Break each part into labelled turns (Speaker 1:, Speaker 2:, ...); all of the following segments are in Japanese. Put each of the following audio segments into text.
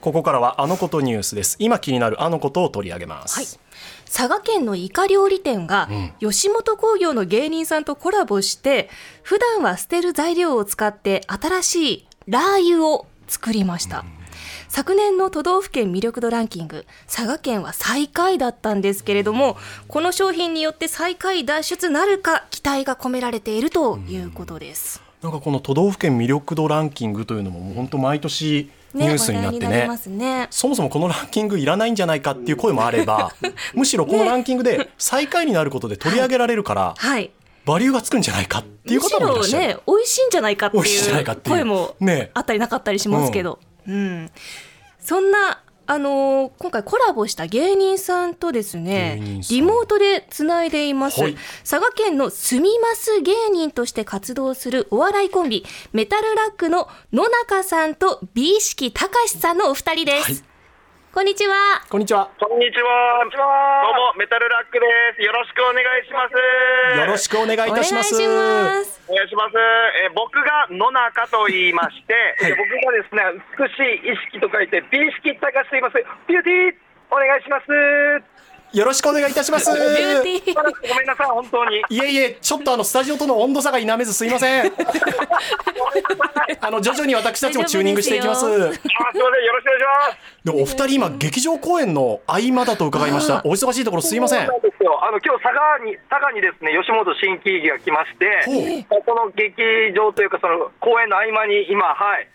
Speaker 1: ここからはあのことニュースです今気になるあのことを取り上げます、
Speaker 2: はい佐賀県のイカ料理店が吉本興業の芸人さんとコラボして普段は捨てる材料を使って新しいラー油を作りました昨年の都道府県魅力度ランキング佐賀県は最下位だったんですけれどもこの商品によって最下位脱出なるか期待が込められているということです。
Speaker 1: なんかこの都道府県魅力度ランキングというのももう本当毎年ニュースになって
Speaker 2: 話題にな
Speaker 1: ね
Speaker 2: りますね。
Speaker 1: そもそもこのランキングいらないんじゃないかっていう声もあれ ばむしろこのランキングで最下位になることで取り上げられるから
Speaker 2: はい。
Speaker 1: バリューがつくんじゃないかっていう
Speaker 2: む
Speaker 1: こ
Speaker 2: し
Speaker 1: ともいら
Speaker 2: ろ
Speaker 1: っしゃる、
Speaker 2: ね美味しいんじゃないかって
Speaker 1: 美味しいんじゃない
Speaker 2: い
Speaker 1: かっ
Speaker 2: う
Speaker 1: ていう
Speaker 2: 声も
Speaker 1: ね
Speaker 2: あったりなかったりしますけど、うん、そんなあのー今回コラボした芸人さんとです
Speaker 1: 芸
Speaker 2: ね
Speaker 1: 人さん
Speaker 2: リモートでつないでいます、
Speaker 1: はい
Speaker 2: 佐賀県のすみます芸人として活動するお笑いコンビメタルラックの野中さんと美意識たかしさんのお二人です、
Speaker 1: はい
Speaker 2: こんにちは
Speaker 1: こんにちは
Speaker 3: こんにちは。どうも、メタルラックです。よろしくお願いします。
Speaker 1: よろしくお願いいたします
Speaker 2: お願いします
Speaker 3: お願いします。えー僕が野中と言いま して、えー僕がですね、美しい意識と書いて、美意識高しと言います。ビューティーお願いし ます。
Speaker 1: よろしくお願いいたします
Speaker 2: ビューティー
Speaker 3: しばらくごめんなさい、本当に。
Speaker 1: いえいえ、ちょっとあのスタジオとの温度差が否めずすいませ ん。あの徐々に私たちもチューニングしていきます。
Speaker 2: 大丈
Speaker 1: で
Speaker 3: あすいません、よろしくお願いします。
Speaker 1: もお二人今劇場公演の合間だと伺いま した。お忙しいところすいません
Speaker 3: そ。うなん ですよ。あの今日佐賀に佐賀にですね吉本新喜劇が来まして、ここの劇場というかその公演の合間に今はい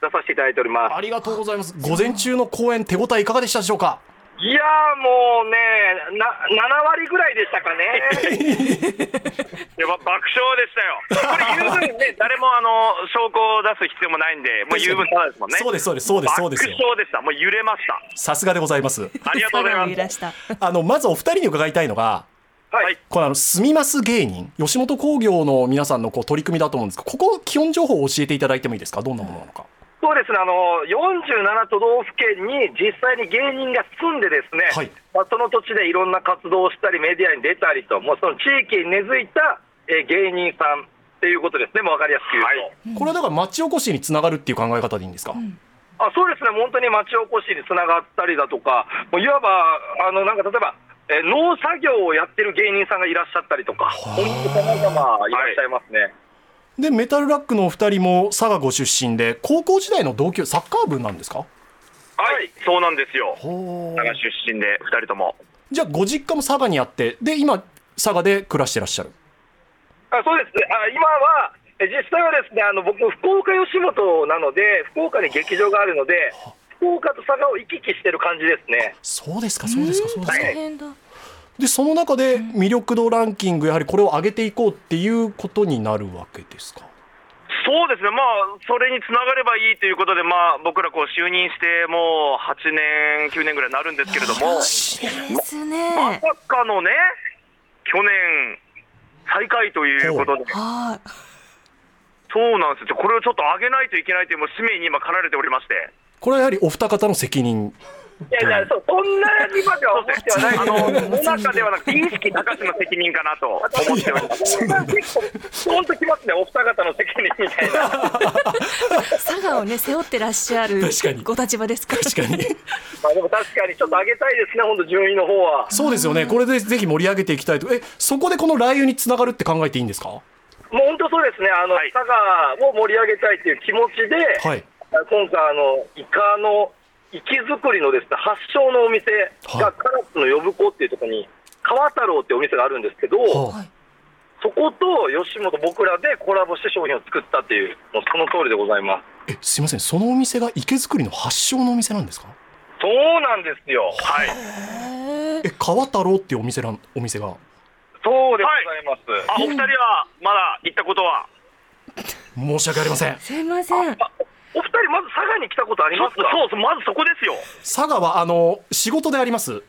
Speaker 3: 出させていただいております
Speaker 1: あ。りがとうございます。午前中の公演手応えいかがでしたでしょうか。
Speaker 3: いやーもうねな7割ぐらいでしたかね いやば爆笑でしたよこれ言う分ね 誰もあの証拠を出す必要もないんでもう言う分ただですもんね
Speaker 1: そうですそうですそうですそうですよ
Speaker 3: 爆。笑でしたもう揺れました
Speaker 1: さすがでございます。
Speaker 3: ありがとうございま
Speaker 2: 空を揺ら
Speaker 3: す
Speaker 2: した
Speaker 1: あのまずお二人に伺いたいのが。
Speaker 3: はい
Speaker 1: このあのすみます芸人吉本興業の皆さんのこう取り組みだと思うんですがここ基本情報を教えていただいてもいいですかどんなものなのか
Speaker 3: そうですね、あの47都道府県に実際に芸人が住んで、ですね、
Speaker 1: はい
Speaker 3: まあ、その土地でいろんな活動をしたり、メディアに出たりと、もうその地域に根付いた、えー芸人さんっていうことですね、もう分かりやすく言うと。
Speaker 1: これはだから町おこしにつながるっていう考え方でいいんですか、
Speaker 3: あそうですね、本当に町おこしにつながったりだとか、もういわば、あのなんか例えば、えー農作業をやってる芸人さんがいらっしゃったりとか、本当、さまざまいらっしゃいますね。
Speaker 1: でメタルラックのお二人も佐賀ご出身で高校時代の同級サッカー部なんですか
Speaker 3: はい、そうなんですよ、
Speaker 1: ほ
Speaker 3: 佐賀出身で、2人とも。
Speaker 1: じゃあご実家も佐賀にあってで今佐賀で暮らしてらっしゃる
Speaker 3: あそうですあ今は、え実際はですねあの僕、福岡吉本なので、福岡に劇場があるので、福岡と佐賀を行き来してる感じですね。
Speaker 1: そうですかそうですかそうですか
Speaker 2: 大変だ
Speaker 1: でその中で魅力度ランキングやはりこれを上げていこうっていうことになるわけですか
Speaker 3: そうですね、まあ、それにつながればいいということで、まあ、僕らこう就任して、もう8年、9年ぐらいになるんですけれども、
Speaker 2: です
Speaker 3: ま
Speaker 2: ね
Speaker 3: さかのね、去年、最下位ということで、
Speaker 2: はい
Speaker 3: そうなんですよ、これをちょっと上げないといけないというもう使命に今、駆られておりまして。
Speaker 1: これはやはりお二方の責任
Speaker 3: いやいや、そうそんなにまでは思ってはない。あの、野中ではなく、意識高しの責任かなと思っております。 結構、本当きますね、お二方の責任みたいな。
Speaker 2: 佐賀をね背負ってらっしゃる
Speaker 1: 確かに
Speaker 2: ご立場ですから
Speaker 1: 確か に
Speaker 3: まあ、でも、確かに、ちょっと上げたいですね、本当順位の方は。
Speaker 1: そうですよねこれでぜひ盛り上げていきたいとえそこでこのラー油につながるって考えていいんですか
Speaker 3: もう本当そうですね、あの、佐賀を盛り上げたいという気持ちで。
Speaker 1: はい
Speaker 3: 今回、あの、イカの、生き作りのですね、発祥のお店
Speaker 1: は
Speaker 3: が、
Speaker 1: い
Speaker 3: 唐津の呼子っていうところに。川太郎っていうお店があるんですけど。
Speaker 1: はあ
Speaker 3: そこと吉本、僕らでコラボして商品を作ったっていう、もうその通りでございます。
Speaker 1: えすいませんそのお店が池作りの発祥のお店なんですか
Speaker 3: そうなんですよ。はい。
Speaker 2: へー
Speaker 1: え川太郎っていうお店なんお店が
Speaker 3: そうでございます。
Speaker 4: あお二人はまだ行ったことは
Speaker 1: 申し訳ありません
Speaker 2: すいません
Speaker 3: お二人、まず佐賀に来たことありますか
Speaker 4: そうそうまずそこですよ
Speaker 1: 佐賀はあの仕事であります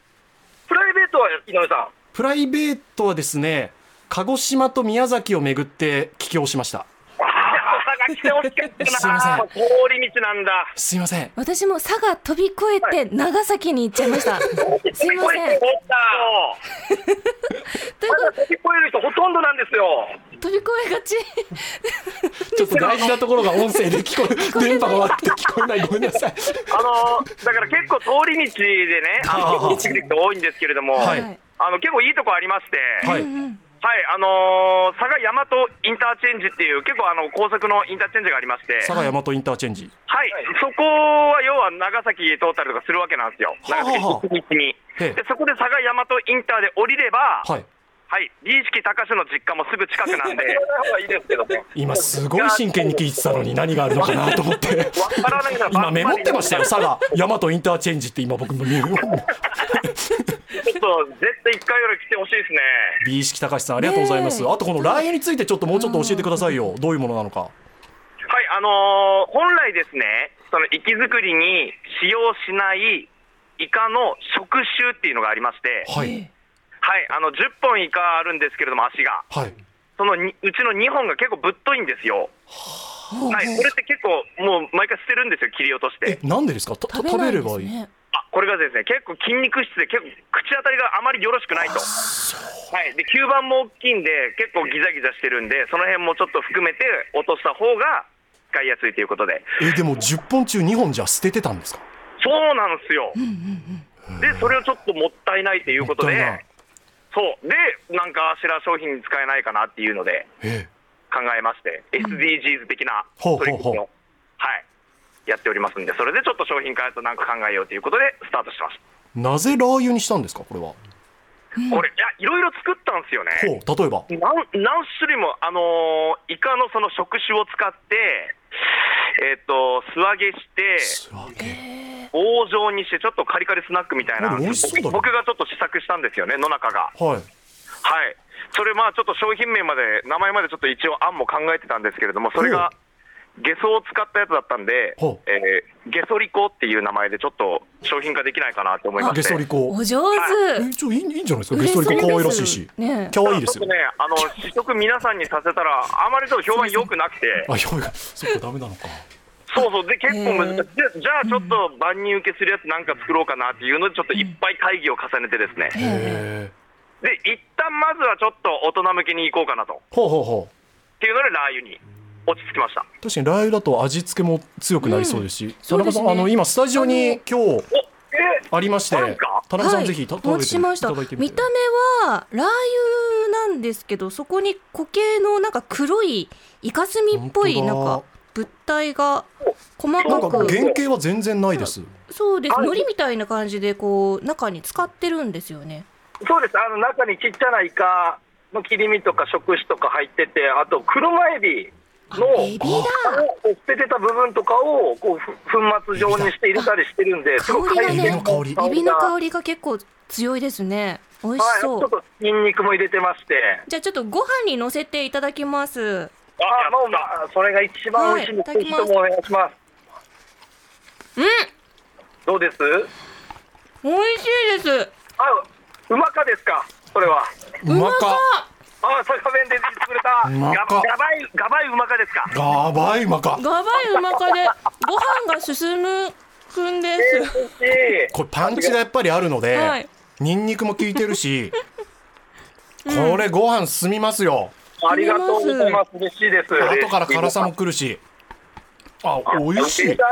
Speaker 3: プライベートは井上さん。
Speaker 1: プライベートはですね鹿児島と宮崎を巡って帰郷しました
Speaker 3: あ佐賀 来てほしかっ
Speaker 1: すい
Speaker 3: た
Speaker 1: ません
Speaker 3: な。通り道なんだ。
Speaker 1: すいません。
Speaker 2: 私も佐賀飛び越えて長崎に行っちゃいま した。すいま
Speaker 3: こ
Speaker 2: せ
Speaker 3: れ
Speaker 2: ん。
Speaker 3: 通った。
Speaker 2: というこ
Speaker 3: まだ飛び越える人ほとんどなんですよ。
Speaker 2: と飛び越えがち。
Speaker 1: ちょっと大事なところが音声で聞こえ、電波が悪くて聞こえない。ごめんなさい。
Speaker 3: あのだから結構通り道でね、あの
Speaker 1: あー
Speaker 3: 結構道行く人多いんですけれども、
Speaker 1: はい
Speaker 3: あの結構いいとこありまして、
Speaker 1: は
Speaker 3: はいい、あのー佐賀大和インターチェンジっていう結構あの高速のインターチェンジがありまして、
Speaker 1: 佐賀大和インターチェンジ。
Speaker 3: はい、そこは要は長崎通ったりとかするわけなんですよ。
Speaker 1: はあ
Speaker 3: 長崎
Speaker 1: はあ
Speaker 3: 行く道に。
Speaker 1: ええ
Speaker 3: でそこで佐賀大和インターで降りれば、
Speaker 1: はい。
Speaker 3: はい、美意識高志の実家もすぐ近くなんで、いいですけどね。
Speaker 1: 今すごい真剣に聞いてたのに何があるのかなと思 って。
Speaker 3: わからないな
Speaker 1: 今メモってましたよ。佐賀大和インターチェンジって今僕も見る。
Speaker 3: ちょっと絶対一回より来てほしいですね。
Speaker 1: 美意識高橋さんありがとうございます。
Speaker 2: ねえ
Speaker 1: あとこのラインについてちょっともうちょっと教えてくださいよ。どういうものなのか。
Speaker 3: はい、あのー本来ですね、その息作りに使用しないイカの食臭っていうのがありまして、
Speaker 1: はい。
Speaker 3: はい、あの10本イカあるんですけれども、足が、
Speaker 1: はい。
Speaker 3: そのにうちの2本が結構ぶっといんですよ。はい、これって結構、もう毎回捨てるんですよ、切り落とし
Speaker 1: え
Speaker 3: て、。
Speaker 1: なんでですかたた食
Speaker 2: な
Speaker 1: べ
Speaker 2: い
Speaker 1: れ
Speaker 2: です
Speaker 1: ばいい。
Speaker 2: ね。
Speaker 3: あこれがですね、結構筋肉質で、結構口当たりがあまりよろしくないと。はい、で吸盤も大きいんで、結構ギザギザしてるんで、その辺もちょっと含めて落とした方が使いやすいということで。
Speaker 1: え、でも10本中2本じゃ捨ててたんですか
Speaker 3: そうなんですよ。で、それをちょっともったいないということ
Speaker 1: もっ
Speaker 3: で
Speaker 1: たいない、
Speaker 3: そう、で、なんかしら商品に使えないかなっていうので
Speaker 1: ええ。
Speaker 3: 考えまして、SDGs 的な
Speaker 1: ほうほう
Speaker 3: 取り組み
Speaker 1: ほ
Speaker 3: を、はい、やっておりますんで、それでちょっと商品開発なんか考えようということで、スタートしまし
Speaker 1: なぜラー油にしたんですかこれは。
Speaker 3: た。これ、いや、いろいろ作ったんですよね。
Speaker 1: ほう、例えば。
Speaker 3: 何何種類も、あのーイカのその触手を使って、えっ、と、素揚げして、
Speaker 1: 素揚げ。
Speaker 3: 棒状にして、ちょっとカリカリスナックみたいな、
Speaker 1: あれ美味しそうだね
Speaker 3: 僕がちょっと試作したんですよね、野中が。
Speaker 1: はい。
Speaker 3: はい、それ、まあちょっと商品名まで、名前までちょっと一応、案も考えてたんですけれども、それがゲソを使ったやつだったんで、
Speaker 1: ほう
Speaker 3: えーゲソリコっていう名前で、ちょっと商品化できないかなと思いまして、
Speaker 1: ゲソリコ。
Speaker 2: お上手
Speaker 1: え。ちょいいいいんじゃないですか
Speaker 2: 売
Speaker 1: ゲ
Speaker 2: れ
Speaker 1: スト
Speaker 2: そう
Speaker 1: リ
Speaker 2: です
Speaker 1: コ可愛らしいし、
Speaker 2: ねえ
Speaker 1: 可愛いです
Speaker 3: ちょ
Speaker 1: よ
Speaker 3: っとね、あの試食皆さんにさせたら、あまりちょっと評判良くなくて、
Speaker 1: あよいそっかダメなのか
Speaker 3: そうそう、で結構難しい、でじゃあちょっと万人受けするやつなんか作ろうかなっていうので、ちょっといっぱい会議を重ねてですね、
Speaker 1: へえ
Speaker 3: で一旦まずはちょっと大人向けに行こうかなと、っ
Speaker 1: ほうほうほう
Speaker 3: ていうので、ラー油に落ち着きました。
Speaker 1: 確かにラー油だと味付けも強くなりそうですし、田
Speaker 2: そう
Speaker 1: 中
Speaker 2: です
Speaker 1: さ
Speaker 2: ね
Speaker 1: んあの今スタジオに今日
Speaker 3: おえ
Speaker 1: ありまして
Speaker 3: あるんか
Speaker 1: 田中さん、
Speaker 2: はい
Speaker 1: ぜひた
Speaker 2: お
Speaker 1: 食
Speaker 2: 持
Speaker 1: べ
Speaker 2: ち
Speaker 1: て
Speaker 2: し
Speaker 1: い
Speaker 2: ましたた
Speaker 1: だいてみ
Speaker 2: 見
Speaker 1: て
Speaker 2: た目はラー油なんですけどそこに固形のなんか黒いイカスミっぽい
Speaker 1: 本
Speaker 2: な
Speaker 1: 当
Speaker 2: ん
Speaker 1: だ
Speaker 2: か物体が細
Speaker 1: なん
Speaker 2: か
Speaker 1: か
Speaker 2: く
Speaker 1: 原型は全然ないです、
Speaker 2: そうです
Speaker 3: あ
Speaker 2: 海苔みたいな感じでこう中に使ってるんですよね
Speaker 4: そうです。あの中にちっちゃなイカの切り身とか食子とか入ってて、あと車エビの
Speaker 2: エビだ
Speaker 4: を捨ててた部分とかをこうふ粉末状にして入れたりしてるんで、す
Speaker 2: 香
Speaker 4: ごい海
Speaker 2: り
Speaker 1: エビ
Speaker 2: が
Speaker 1: の
Speaker 2: ね
Speaker 1: 香り
Speaker 2: エビの香りが結構強いですね美味し
Speaker 4: はい、ち
Speaker 2: そ
Speaker 4: ょっ
Speaker 2: う
Speaker 4: とニンニクも入れてまして、
Speaker 2: じゃあちょっとご飯にのせていただきます
Speaker 4: あもう、まあ、それが一番美味しいんで、
Speaker 2: はい
Speaker 4: ぜ
Speaker 2: い
Speaker 4: ひ
Speaker 2: ただきます
Speaker 4: ともお願いします。
Speaker 2: うん
Speaker 4: どうです？
Speaker 2: 美味しいです
Speaker 4: あ、うまかですか？それは。
Speaker 1: うまか
Speaker 4: あ、佐賀弁で作れた。
Speaker 1: うま
Speaker 3: ガ
Speaker 1: か
Speaker 3: ガバイ、ガバイうまかですか。
Speaker 1: やばいうまか
Speaker 2: がばいうまかでご飯が進むくんで
Speaker 4: 美味
Speaker 2: す
Speaker 4: しい。
Speaker 1: これパンチがやっぱりあるので、
Speaker 2: はい
Speaker 1: ニンニクも効いてる し、これご飯進みますよ
Speaker 4: ありがとうございます。嬉しいです。
Speaker 1: 後から辛さも来るしあ美味しい
Speaker 4: 嬉しいな。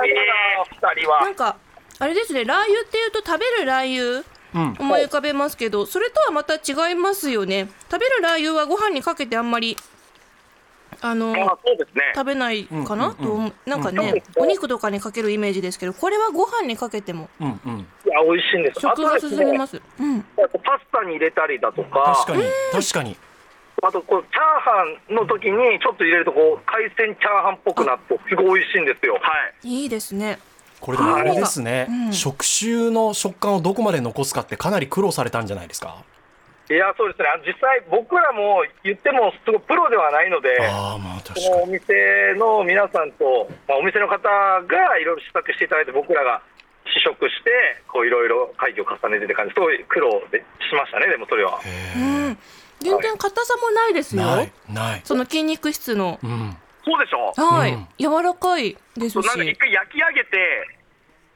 Speaker 4: 二人
Speaker 2: な
Speaker 4: は
Speaker 2: ん。かあれですねラー油っていうと食べるラー油、
Speaker 1: うん
Speaker 2: 思い浮かべますけどそれとはまた違いますよね食べるラー油はご飯にかけてあんまりあの
Speaker 3: あ、そうですね。
Speaker 2: 食べないかな、と思うなんか
Speaker 4: うん
Speaker 2: ね、お肉とかにかけるイメージですけどこれはご飯にかけても
Speaker 1: うんう
Speaker 4: い
Speaker 1: ん
Speaker 4: や、美味しいんです。
Speaker 2: 食が
Speaker 4: あと
Speaker 2: 進
Speaker 4: です
Speaker 2: み
Speaker 4: ね
Speaker 2: ます、うん
Speaker 4: パスタに入れたりだとか、
Speaker 1: 確かに確かに
Speaker 4: あとこうチャーハンの時にちょっと入れるとこう海鮮チャーハンっぽくなってすごい美味しいんですよ。
Speaker 3: はい。
Speaker 2: いいですね
Speaker 1: これでもあれですね、
Speaker 2: うん
Speaker 1: 食臭の食感をどこまで残すかってかなり苦労されたんじゃないですか
Speaker 4: いや、そうですね。あの実際僕らも言ってもすごいプロではないので、
Speaker 1: ああまあ確
Speaker 4: そのお店の皆さんと、まあ、お店の方がいろいろ試作していただいて僕らが試食してこういろいろ会議を重ねてって感じ。すごい苦労でしましたね。でもそれは。
Speaker 2: 全然硬さもないですよ、
Speaker 1: ないない
Speaker 2: その筋肉質の
Speaker 1: うん
Speaker 5: そうでしょ
Speaker 2: はい、
Speaker 1: うん
Speaker 2: 柔らかいです
Speaker 5: そう
Speaker 2: し
Speaker 5: なんか一回焼き上げて、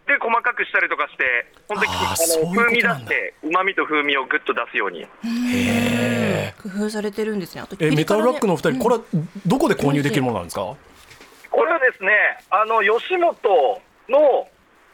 Speaker 5: で、細かくしたりとかして、本当に
Speaker 1: あー
Speaker 5: あ
Speaker 1: そうい
Speaker 5: の
Speaker 1: うこと
Speaker 5: 風味出
Speaker 1: なんだ
Speaker 5: して、うまみと風味をぐっと出すように。
Speaker 1: へ
Speaker 2: 工夫されてるんですねあと
Speaker 1: えメ
Speaker 2: ピリ
Speaker 1: タ
Speaker 2: 辛
Speaker 1: ル
Speaker 2: ね
Speaker 1: ラックのお二人、
Speaker 2: うん
Speaker 1: これはどこで購入できるものなんですか
Speaker 3: これはですね、あの吉本の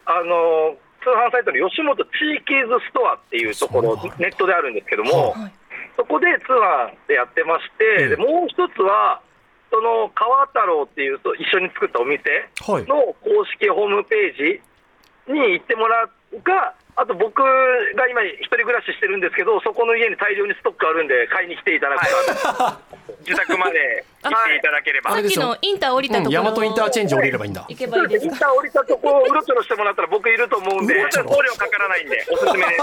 Speaker 3: あの通販サイトの吉本チーキーズストアっていうところ
Speaker 1: そうなんだ、
Speaker 3: ネットであるんですけども、
Speaker 2: はい
Speaker 3: そこで通販でやってまして、で
Speaker 1: うん
Speaker 3: もう一つは、その川太郎っていうと一緒に作ったお店
Speaker 1: はい
Speaker 3: の公式ホームページに行ってもらうか、あと僕が今、一人暮らししてるんですけど、そこの家に大量にストックあるんで、買いに来ていただくか、
Speaker 5: 自宅まで来ていただければ。
Speaker 1: あれ
Speaker 2: さ
Speaker 1: で
Speaker 2: っ
Speaker 1: す
Speaker 2: き
Speaker 1: よ
Speaker 2: のインター降りたところ、
Speaker 1: ヤマトインターチェンジ降りればいいんだ
Speaker 2: 行け
Speaker 3: そ
Speaker 2: ばいういで
Speaker 3: で
Speaker 2: すす
Speaker 3: ね、一旦降りたとこをうろちょろしてもらったら、僕いると思うんで、
Speaker 1: うろちょろ
Speaker 3: 送料か
Speaker 5: かからないんで、
Speaker 3: おすすめです。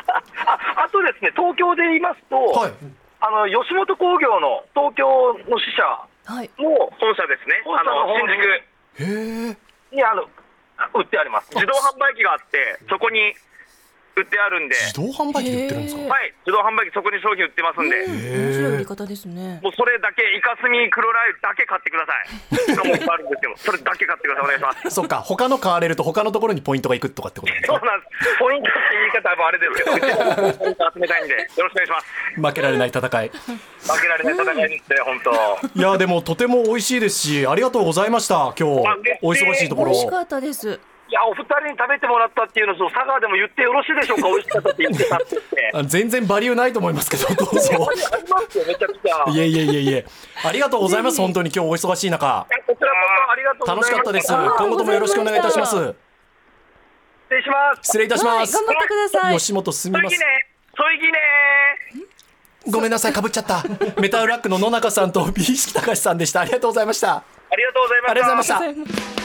Speaker 3: ああとですね、東京で言いますと、
Speaker 1: はい
Speaker 3: あの吉本興業の東京の支社
Speaker 2: はい
Speaker 3: も
Speaker 5: 本社ですね。あ
Speaker 3: 社の
Speaker 5: の、
Speaker 3: 方に
Speaker 5: 新宿
Speaker 1: へえ
Speaker 3: にあの売ってあります。
Speaker 5: 自動販売機があって、そこに売ってあるんで、
Speaker 1: 自動販売機で売ってるんですか
Speaker 2: へー
Speaker 5: はい、自動販売機そこに商品売ってますんで。
Speaker 2: う
Speaker 1: へ
Speaker 2: ん
Speaker 1: ー
Speaker 2: 面白い売り方ですね
Speaker 5: もうそれだけ、イカスミ黒ライブだけ買ってください。しかもいっぱいあるんですよ。それだけ買ってください。お願いします。
Speaker 1: そっか他の買われると他のところにポイントがいくとかってこと なんです
Speaker 5: そ
Speaker 1: か
Speaker 5: うなんです。ポイントって言い方もあれですけど、うちもポイント集めたいんで、よろしくお願いしま
Speaker 1: 負けられない戦い
Speaker 5: す。負けられない戦いにして、本当。
Speaker 1: いやでもとても美味しいですしありがとうございました今日
Speaker 5: あ嬉しい
Speaker 1: お忙しいとこ
Speaker 2: 美
Speaker 1: ろ
Speaker 2: 味しかったです
Speaker 3: いやお二人に食べてもらったっていうのをその佐川でも言ってよろしいでしょうか。美味しかったって言ってたって。
Speaker 1: あ全然バリューないと思いますけど どうぞ
Speaker 3: ありますよめちゃくちゃ。
Speaker 1: いえいえいえいえありがとうございます本当に今日お忙しい中
Speaker 3: こちらこそありがとうござい
Speaker 1: 楽
Speaker 3: ます。
Speaker 1: しかったです
Speaker 2: ありが
Speaker 1: 今
Speaker 2: とう
Speaker 1: 後
Speaker 2: ご
Speaker 1: とも
Speaker 2: ざ
Speaker 1: よろ
Speaker 2: いま
Speaker 1: し
Speaker 2: し
Speaker 1: く
Speaker 2: た
Speaker 1: お願いいたします
Speaker 3: 失礼します。
Speaker 1: 失礼いたします、
Speaker 2: はい、頑張ってください
Speaker 1: 吉本進み
Speaker 5: そい
Speaker 1: ま
Speaker 5: ぎ
Speaker 1: す
Speaker 5: ね。そいぎね。
Speaker 1: ごめんなさいかぶっちゃったメタルラックの野中さんと美意識隆さんでしたありがとうございました
Speaker 5: ありがとうございました。
Speaker 1: ありがとうございました
Speaker 2: ありがとうございます